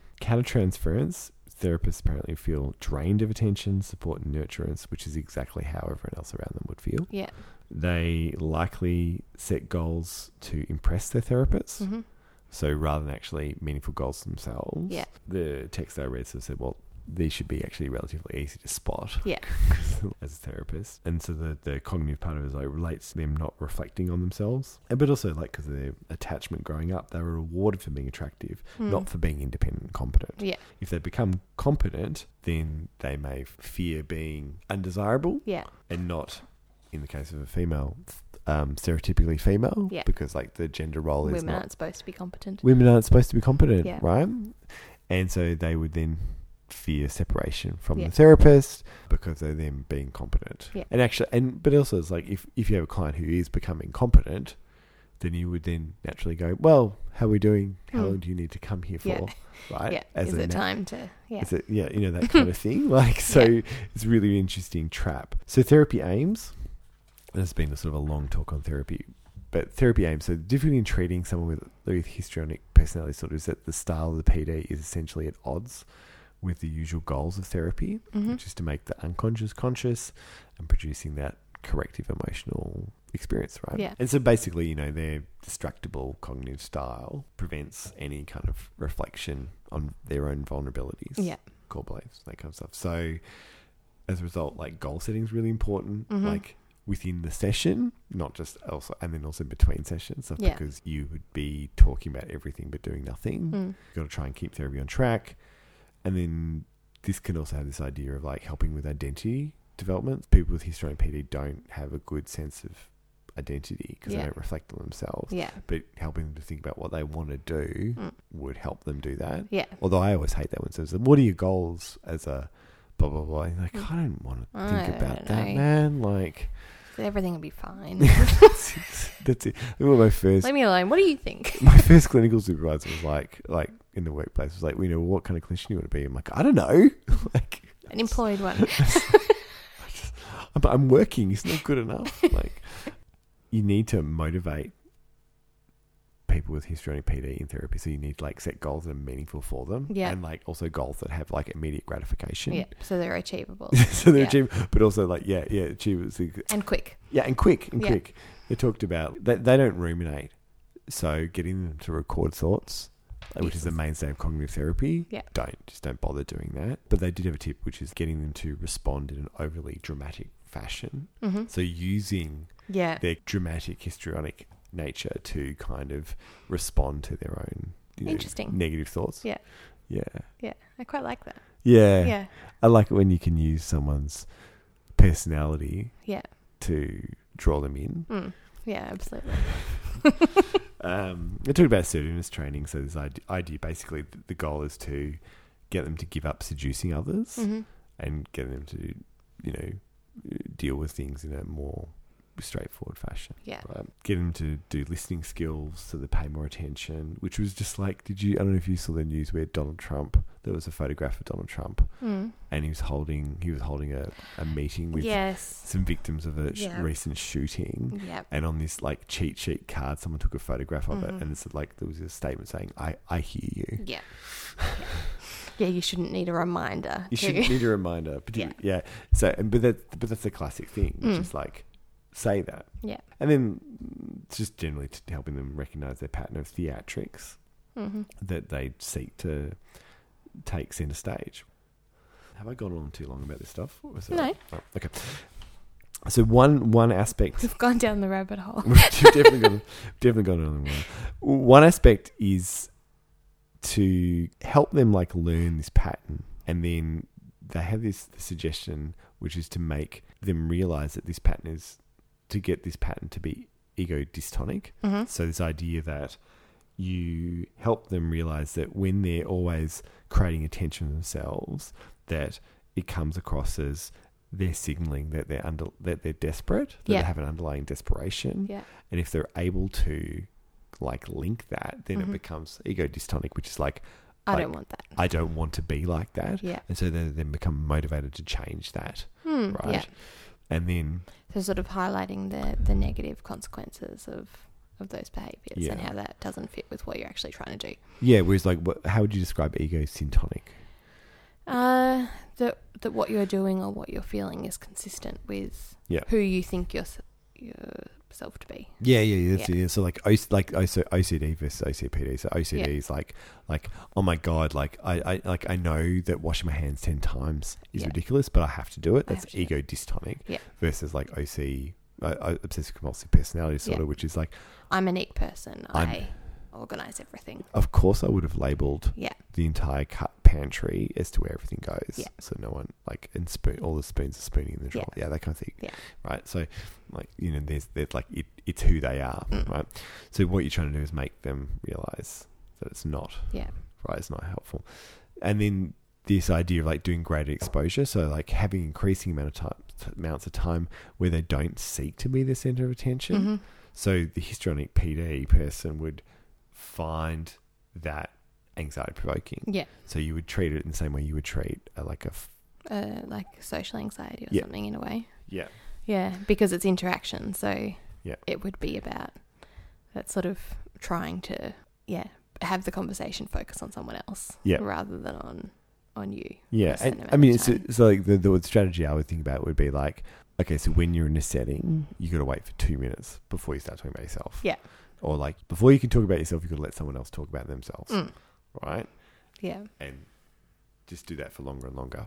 Countertransference, therapists apparently feel drained of attention, support, and nurturance, which is exactly how everyone else around them would feel. yeah. They likely set goals to impress their therapists. hmm So rather than actually meaningful goals themselves, Yeah. the text I read sort of said, well, these should be actually relatively easy to spot Yeah. as a therapist. And so the, the cognitive part of it is like relates to them not reflecting on themselves, And but also like because of their attachment growing up, they were rewarded for being attractive, Mm. not for being independent and competent. Yeah. If they become competent, then they may fear being undesirable Yeah. and not in the case of a female um, stereotypically female Yeah. because like the gender role is Women not aren't supposed to be competent. women aren't supposed to be competent, Yeah. right? And so they would then fear separation from Yeah. the therapist because they're then being competent. Yeah. And actually, and but also it's like if if you have a client who is becoming competent, then you would then naturally go, well, how are we doing? How Mm. long do you need to come here Yeah. for? Right? yeah. As Is a it na- time to? Yeah. is it yeah you know that kind of thing like so it's a really interesting trap so therapy aims and it's been a sort of a long talk on therapy but therapy aims so the difficulty in treating someone with, with histrionic personality disorder is that the style of the pd is essentially at odds with the usual goals of therapy Mhm. which is to make the unconscious conscious and producing that corrective emotional experience, right? Yeah. And so basically, you know, their distractible cognitive style prevents any kind of reflection on their own vulnerabilities, Yeah. core beliefs, that kind of stuff. So as a result, like goal setting is really important, Mhm. like within the session, not just also, and then also between sessions, stuff Yeah. because you would be talking about everything but doing nothing Mm. got to try and keep therapy on track. And then this can also have this idea of like helping with identity development. People with histrionic PD don't have a good sense of identity because they Yeah. don't reflect on themselves. Yeah. But helping them to think about what they want to do Mm. would help them do that. Yeah. Although I always hate that one. So it's like, what are your goals as a blah blah blah. And like I don't want to Mm. I think about don't that, know. man. Like So everything will be fine. that's it. That's it. I remember my first Leave me alone. What do you think? my first clinical supervisor was like like in the workplace was like, you know, what kind of clinician you want to be? I'm like, I don't know. like An employed one. but I'm working. It's not good enough. Like, you need to motivate people with histrionic PD in therapy. So you need like set goals that are meaningful for them, Yeah. and like also goals that have like immediate gratification. Yeah. So they're achievable so they're Yeah. achievable, but also like yeah, yeah, achievable. and quick. Yeah, and quick and Yeah. quick. They talked about they, they don't ruminate, so getting them to record thoughts, like, which is the Useless. mainstay of cognitive therapy. Yeah. don't just don't bother doing that. But they did have a tip, which is getting them to respond in an overly dramatic fashion. Mm-hmm. So using Yeah. their dramatic histrionic nature to kind of respond to their own you know, Interesting. negative thoughts. Yeah. yeah, I quite like that. yeah, Yeah. I like it when you can use someone's personality Yeah. to draw them in. Mm. Yeah, absolutely. Um, it talked about assertiveness training. So this ide- idea, basically, th- the goal is to get them to give up seducing others hmm and get them to, you know, deal with things in a more straightforward fashion. Yeah. Right? Get them to do listening skills so they pay more attention, which was just like, did you? I don't know if you saw the news where Donald Trump. There was a photograph of Donald Trump, Mm. and he was holding he was holding a, a meeting with Yes. some victims of a sh- Yeah. recent shooting Yeah. and on this like cheat sheet card someone took a photograph of Mhm. it and it's like there was a statement saying i i hear you Yeah. Yeah, you shouldn't need a reminder. you to- shouldn't need a reminder but yeah. yeah so and- but that but that's a classic thing which Mm. is like say that Yeah. and then mm, it's just generally to helping them recognize their pattern of theatrics Mhm. that they seek to take center stage have i gone on too long about this stuff Or is it- No. oh, okay so one one aspect We've gone down the rabbit hole. We've definitely got definitely got another one. One aspect is to help them like learn this pattern, and then they have this suggestion, which is to make them realize that this pattern is to get this pattern to be ego dystonic. hmm So this idea that you help them realize that when they're always creating attention themselves, that it comes across as they're signaling that they're under that they're desperate, that Yeah. they have an underlying desperation, Yeah. and if they're able to like link that, then Mhm. it becomes ego dystonic, which is like I Like- don't want that. I don't want to be like that, Yeah. and so they then become motivated to change that, Hmm. right? Yeah. And then So sort of highlighting the, the negative consequences of, of those behaviours and Yeah. how that doesn't fit with what you're actually trying to do. yeah, whereas like what, how would you describe ego syntonic? Uh, that that what you're doing or what you're feeling is consistent with Yeah. who you think your s- yourself to be. Yeah, yeah, yeah. that's Yeah. it, yeah. So like, o- like O- so OCD versus OCPD. So OCD Yeah. is like, like, oh my god, like I, I, like I know that washing my hands ten times is Yeah. ridiculous, but I have to do it. I That's have to do ego dystonic. Yeah. Versus like OC, uh, uh, obsessive compulsive personality disorder, which is like, I'm a neat person. I'm- i organize everything. of course, I would have labeled Yeah. the entire cut pantry as to where everything goes. Yeah. So no one like and spoon all the spoons are spooning in the drawer. Yeah, that kind of thing. Yeah. Right. So like you know, there's there's like it, it's who they are, Mm. right? So what you're trying to do is make them realise that it's not Yeah. right, it's not helpful. And then this idea of like doing greater exposure, so like having increasing amount of time amounts of time where they don't seek to be the center of attention. hmm So the histrionic PD person would find that anxiety provoking. Yeah. So you would treat it in the same way you would treat uh, like a f- Uh, like social anxiety or Yeah. something in a way. yeah Yeah, because it's interaction, so Yeah. it would be about that sort of trying to yeah have the conversation focus on someone else Yeah. rather than on on you. yeah. That's an And, amount I of mean, it's, time. it's like the, the strategy I would think about would be like, okay, so when you're in a setting, you got to wait for two minutes before you start talking about yourself. Yeah. Or like before you can talk about yourself, you got to let someone else talk about themselves, Mm. right? Yeah, And just do that for longer and longer.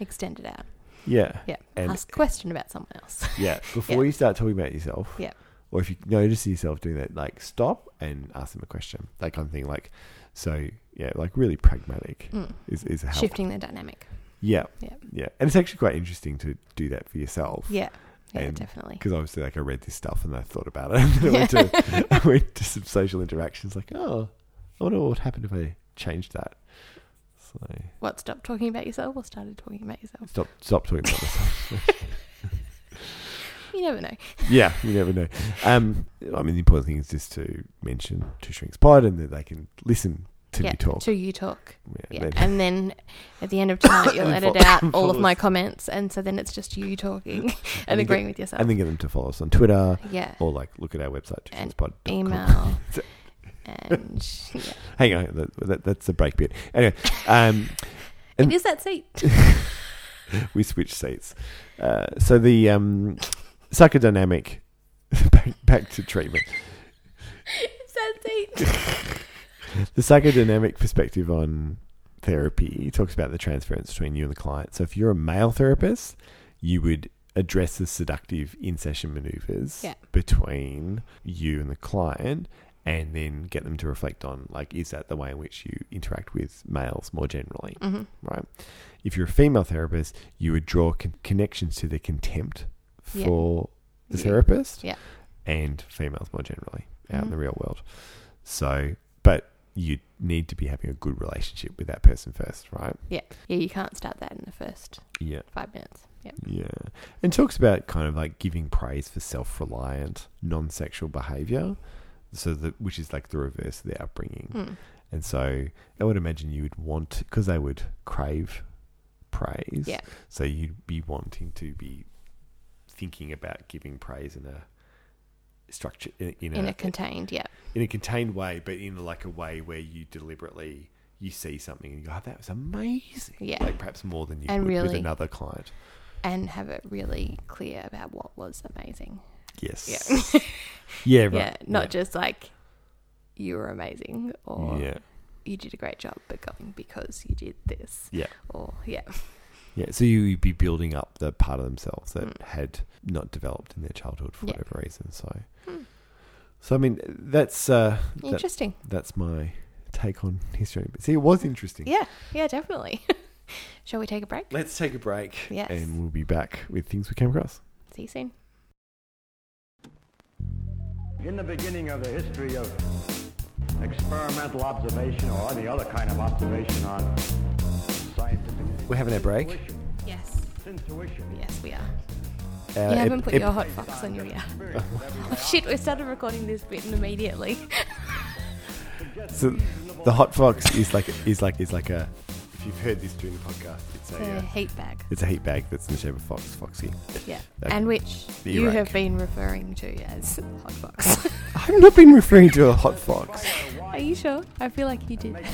extend it out. Yeah. Yeah, And- ask a question about someone else. Yeah, before you start talking about yourself. Yeah. Or if you notice yourself doing that, like stop and ask them a question, that kind of thing. Like, so yeah, like really pragmatic Mm. is is how. Shifting the dynamic. Yeah, Yeah. yeah, and it's actually quite interesting to do that for yourself. Yeah, yeah, And- definitely. Because obviously, like I read this stuff and I thought about it. And then I, went to, I went to some social interactions, like, oh, I wonder what would happen if I changed that. So What? Stop talking about yourself or started talking about yourself? stop stop talking about myself. You never know. yeah, you never know. Um, I mean, the important thing is just to mention to Shrink's Pod and that they can listen to yeah, me talk. To you talk. yeah, Yeah. maybe. And then at the end of tonight, you'll And edit fo- out and all of follow my us. comments. And so then it's just you talking And and you agreeing with yourself. and then get them to follow us on Twitter yeah. or like look at our website, And shrinkspod.com. Email. and yeah. Hang on, that, that, that's the break bit. Anyway, um, And- it is that seat. we switched seats. Uh, so the um, psychodynamic, back, back to treatment. It's that seat. The psychodynamic perspective on therapy talks about the transference between you and the client. So if you're a male therapist, you would address the seductive in session maneuvers Yeah. between you and the client and then get them to reflect on like is that the way in which you interact with males more generally hmm right? If you're a female therapist, you would draw con- connections to the contempt Yeah. for the Yeah. therapist Yeah. and females more generally out in Mhm. the real world. So, but you need to be having a good relationship with that person first, right? Yeah, you can't start that in the first Yeah. five minutes. Yep. Yeah. And talks about kind of like giving praise for self reliant, non sexual behavior. So, the, which is like the reverse of their upbringing. Mm. And so I would imagine you would want because they would crave praise. Yeah. So you'd be wanting to be thinking about giving praise in a structure in, in, In a, a contained, yeah. in a contained way, but in like a way where you deliberately you see something and you go, oh, "That was amazing." Yeah. Like perhaps more than you And would with really- another client. And have it really clear about what was amazing. Yes. Yeah. Yeah. Right. yeah. Not just like you were amazing or Yeah. you did a great job, but going because you did this. Yeah. Or yeah. Yeah, so you- you'd be building up the part of themselves that Mm. had not developed in their childhood for Yeah. whatever reason. So, Hmm. so I mean, that's uh, that, Interesting. that's my take on history. But see, it was interesting. Yeah, yeah, definitely. Shall we take a break? Let's take a break. Yes. and we'll be back with things we came across. See you soon. In the beginning of the history of experimental observation or any other kind of observation on scientific. We're having a break. Intuition. Yes, Intuition. yes, we are. Uh, you haven't put ep- your hot fox on your ear. Oh, shit, we started recording this bit and immediately. so the hot fox is like is like is like a. If you've heard this during the podcast, it's a the uh, heat bag. it's a heat bag that's in the shape of fox, foxy. Yeah. Okay. And which The you Iraq. have been referring to as hot fox. I've not been referring to a hot fox. Are you sure? I feel like you did. Make more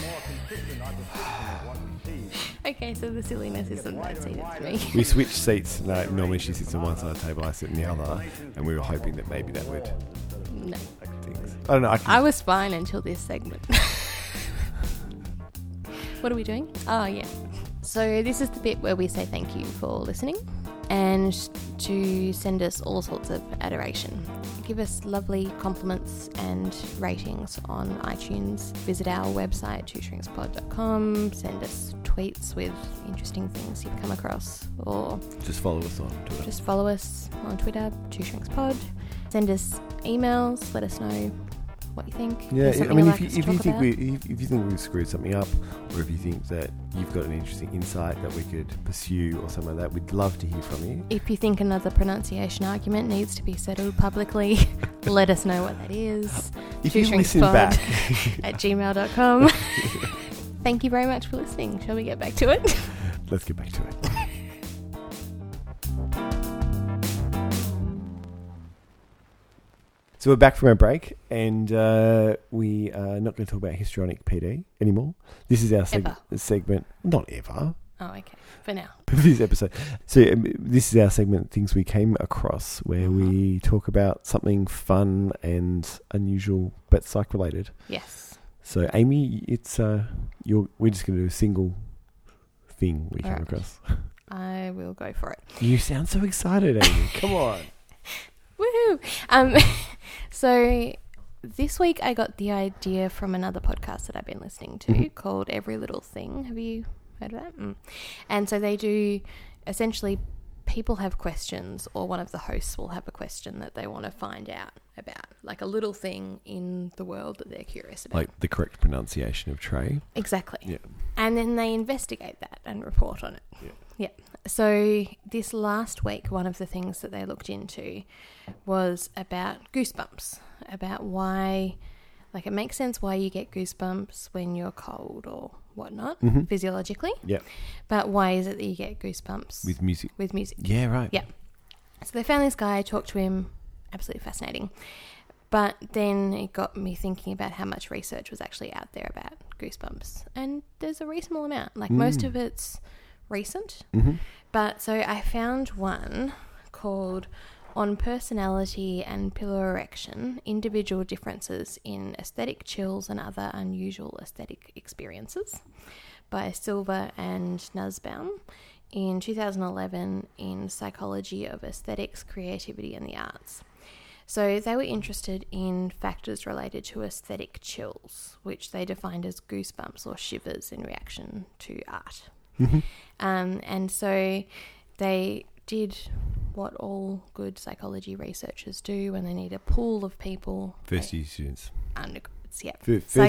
consistent our description of what we see. Okay, so the silliness isn't that seated to me. We switched seats. No, normally she sits on one side of the table, I sit on the other, and we were hoping that maybe that would. No. Things. I don't know. I, can, I was fine until this segment. what are we doing? Oh, yeah. So, this is the bit where we say thank you for listening and to send us all sorts of adoration. Give us lovely compliments and ratings on iTunes. Visit our website, twoshrinkspod.com. Send us tweets with interesting things you've come across or just follow us on Twitter. just follow us on Twitter, Two Shrinks Pod. Send us emails. Let us know what you think. Yeah, There's I something mean, you'd if, like you, us to if you talk think about. we if, if you think we've screwed something up, or if you think that you've got an interesting insight that we could pursue or something like that, we'd love to hear from you. if you think another pronunciation argument needs to be settled publicly, let us know what that is If Two you Shrinks listen Pod. back, at gmail.com. Thank you very much for listening. Shall we get back to it? let's get back to it. So we're back from our break, and uh, we are not going to talk about histrionic PD anymore. This is our seg- segment, not ever, Oh, okay. For now. but this episode. So um, this is our segment, things we came across, where we talk about something fun and unusual, but psych related. Yes. So Amy, it's uh, you're, we're just going to do a single thing we came Alright. across. I will go for it. You sound so excited, Amy. Come on. Woohoo! Um, so this week I got the idea from another podcast that I've been listening to Mhm. called Every Little Thing. Have you heard of that? Mm. And so they do essentially people have questions, or one of the hosts will have a question that they want to find out. about, like a little thing in the world that they're curious about. Like the correct pronunciation of tray. exactly. Yeah. And then they investigate that and report on it. Yeah. So this last week, one of the things that they looked into was about goosebumps, about why, like, it makes sense why you get goosebumps when you're cold or whatnot physiologically, Mm-hmm. Yeah. but why is it that you get goosebumps With music. with music? Yeah, right. Yeah. So they found this guy, talked to him, absolutely fascinating. But then it got me thinking about how much research was actually out there about goosebumps. And there's a reasonable amount. Like most of it's recent. But so I found one called On Personality and Pillow Erection Individual Differences in Aesthetic Chills and Other Unusual Aesthetic Experiences by Silver and Nussbaum in 2011 in Psychology of Aesthetics, Creativity and the Arts. So they were interested in factors related to aesthetic chills, which they defined as goosebumps or shivers in reaction to art. Um, and so they did what all good psychology researchers do when they need a pool of people. First year students. undergrads, yeah. Fir- first year.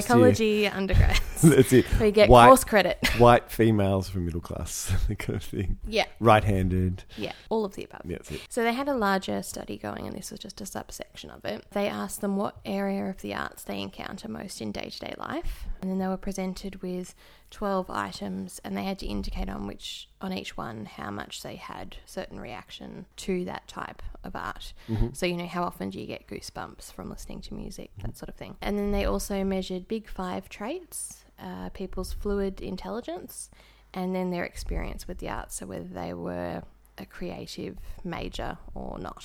Psychology undergrads. That's it. we get White- course credit. White females from middle class, that kind of thing. yeah, Right handed. yeah, all of the above. That's it. So they had a larger study going, and this was just a subsection of it. They asked them what area of the arts they encounter most in day to day life, and then they were presented with 12 items, and they had to indicate on which, on each one, how much they had certain reaction to that type of art. So you know, how often do you get goosebumps from listening to music, that sort of thing. And then they also measured big five traits, uh, people's fluid intelligence, and then their experience with the arts, so whether they were a creative major or not.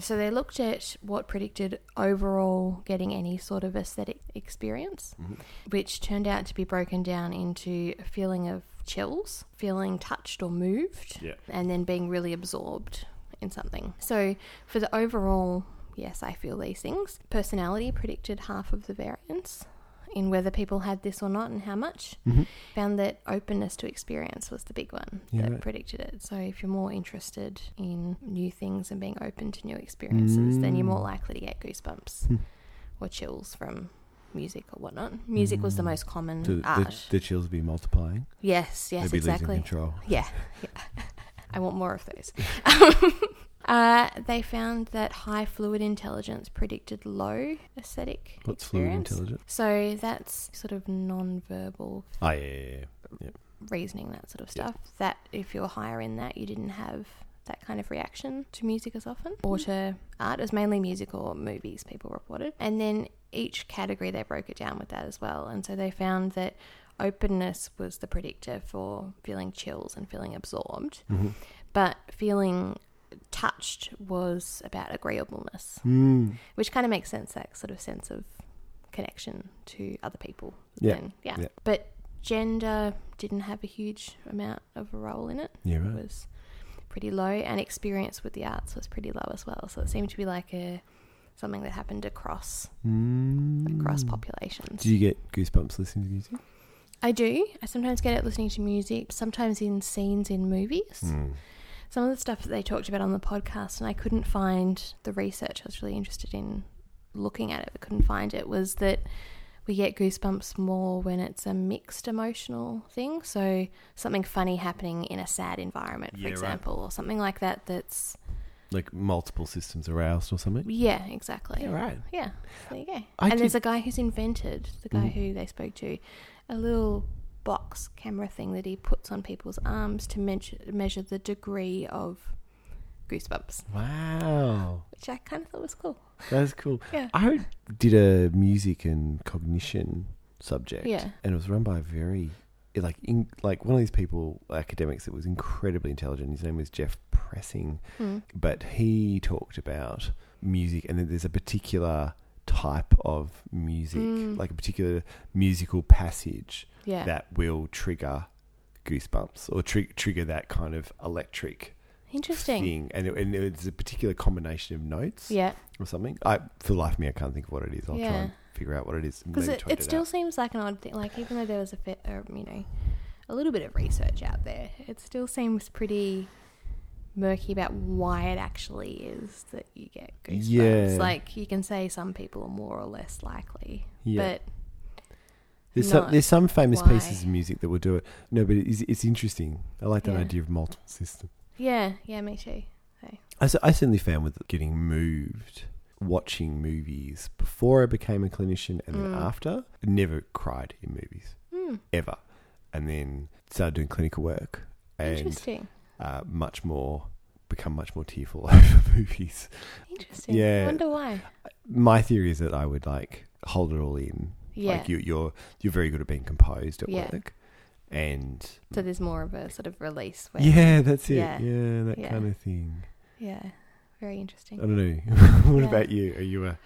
So they looked at what predicted overall getting any sort of aesthetic experience, which turned out to be broken down into a feeling of chills, feeling touched or moved, Yeah. and then being really absorbed in something. So for the overall, yes, I feel these things, personality predicted half of the variance. In whether people had this or not and how much, Mm-hmm. found that openness to experience was the big one Yeah, that right. predicted it. So if you're more interested in new things and being open to new experiences, then you're Mm. more likely to get Hmm. goosebumps or chills from music or whatnot. Music was the most common So Mm. the, art. the, the chills be multiplying. yes, yes, They'd be exactly. losing control. Yeah, yeah. I want more of those. Um, uh, they found that high fluid intelligence predicted low aesthetic What's fluid experience. intelligence? So that's sort of non-verbal Ah, yeah, yeah, yeah. reasoning, that sort of Yeah. stuff. That if you're higher in that, you didn't have that kind of reaction to music as often or to art. It was mainly music or movies, people reported. And then each category, they broke it down with that as well. And so they found that openness was the predictor for feeling chills and feeling absorbed, Mm-hmm. but feeling touched was about agreeableness, Mm. which kind of makes sense that sort of sense of connection to other people. Yeah. then. yeah. Yeah. But gender didn't have a huge amount of a role in it. Yeah, It right. was pretty low, and experience with the arts was pretty low as well. So it seemed to be like a something that happened across Mm. across populations. Do you get goosebumps listening to music? I do. I sometimes get it listening to music, sometimes in scenes in movies. Some of the stuff that they talked about on the podcast, and I couldn't find the research I was really interested in looking at it, but couldn't find it, was that we get goosebumps more when it's a mixed emotional thing. So something funny happening in a sad environment, for Yeah, right. example, or something like that that's. Like multiple systems aroused or something? Yeah, exactly. Yeah, right. Yeah, there you go. I and did- there's a guy who's invented, the guy who they spoke to, a little box camera thing that he puts on people's arms to measure, measure the degree of goosebumps, Wow. which I kind of thought was cool. That's cool. Yeah. I did a music and cognition subject. Yeah. And it was run by a very like in, like one of these people academics that was incredibly intelligent. His name was Jeff Pressing, Hmm. but he talked about music and that there's a particular type of music, like a particular musical passage Hmm. Yeah. that will trigger goosebumps or tri- trigger that kind of electric Interesting. thing. And, it, and it's a particular combination of notes Yeah, or something. I for the life of me, I can't think of what it is. I'll try Yeah. and figure out what it is. and because maybe it, tweet it still out. seems like an odd thing. Like even though there was a er, bit, uh, you know, a little bit of research out there, it still seems pretty murky about why it actually is that you get goosebumps. Yeah. Like you can say some people are more or less likely, Yeah. but There's not some there's some famous why. pieces of music that will do it. No, but it's, it's interesting. I like that Yeah. idea of multiple systems. yeah, yeah, me too. I, cer- I certainly found with getting moved, watching movies before I became a clinician and then Mm. after, I never cried in movies Hmm, ever, and then started doing clinical work and interesting. uh, much more become much more tearful over movies. Interesting. yeah. I wonder why. My theory is that I would like hold it all in. Yeah. Like you, you're you're very good at being composed at Yeah. work, and so there's more of a sort of release where yeah, that's it. Yeah, Yeah. that Yeah. kind of thing. Yeah. Very I interesting. don't know. what Yeah. about you? Are you a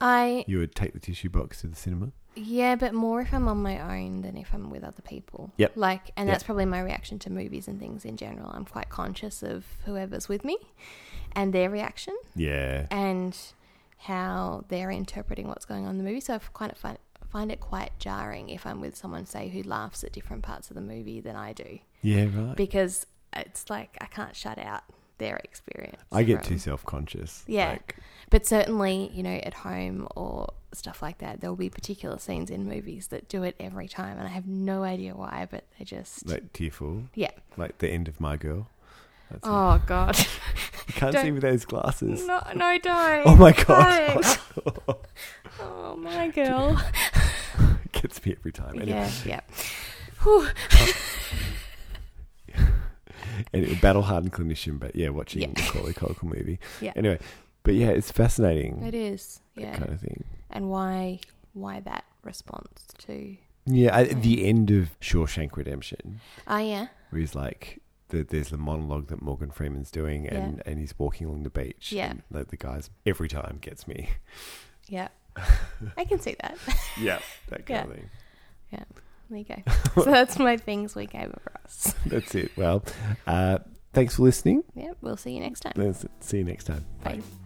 I you would take the tissue box to the cinema? yeah, but more if I'm on my own than if I'm with other people. Yep. Like and Yep. that's probably my reaction to movies and things in general. I'm quite conscious of whoever's with me and their reaction. Yeah. and how they're interpreting what's going on in the movie. So I kind of find, find it quite jarring if I'm with someone, say, who laughs at different parts of the movie than I do, Yeah, right. because it's like I can't shut out their experience. I get from- too self conscious. Yeah. Like, But certainly, you know, at home or stuff like that, there will be particular scenes in movies that do it every time, and I have no idea why, but they just. like tearful. Yeah. Like the end of my girl. That's it. Oh God! you can't see don't- with those glasses. No, no, don't. Oh my god. Don't. Oh my girl. it gets me every time. Anyway, Yeah, yeah. anyway battle hardened clinician, but yeah, watching Yeah. Macaulay Culkin movie. Yeah. Anyway, but yeah, it's fascinating. It is. that Yeah. kind of thing. and why why that response to Yeah, at Yeah. the end of Shawshank Redemption, oh yeah where he's like, the, there's the monologue that Morgan Freeman's doing, and, and he's walking along the beach. Yeah. and, like the guys every time gets me. yeah i can see that Yeah, that kind of thing. there you go so that's my things we gave over us That's it. Well, uh, thanks for listening. yeah we'll see you next time Let's see you next time. bye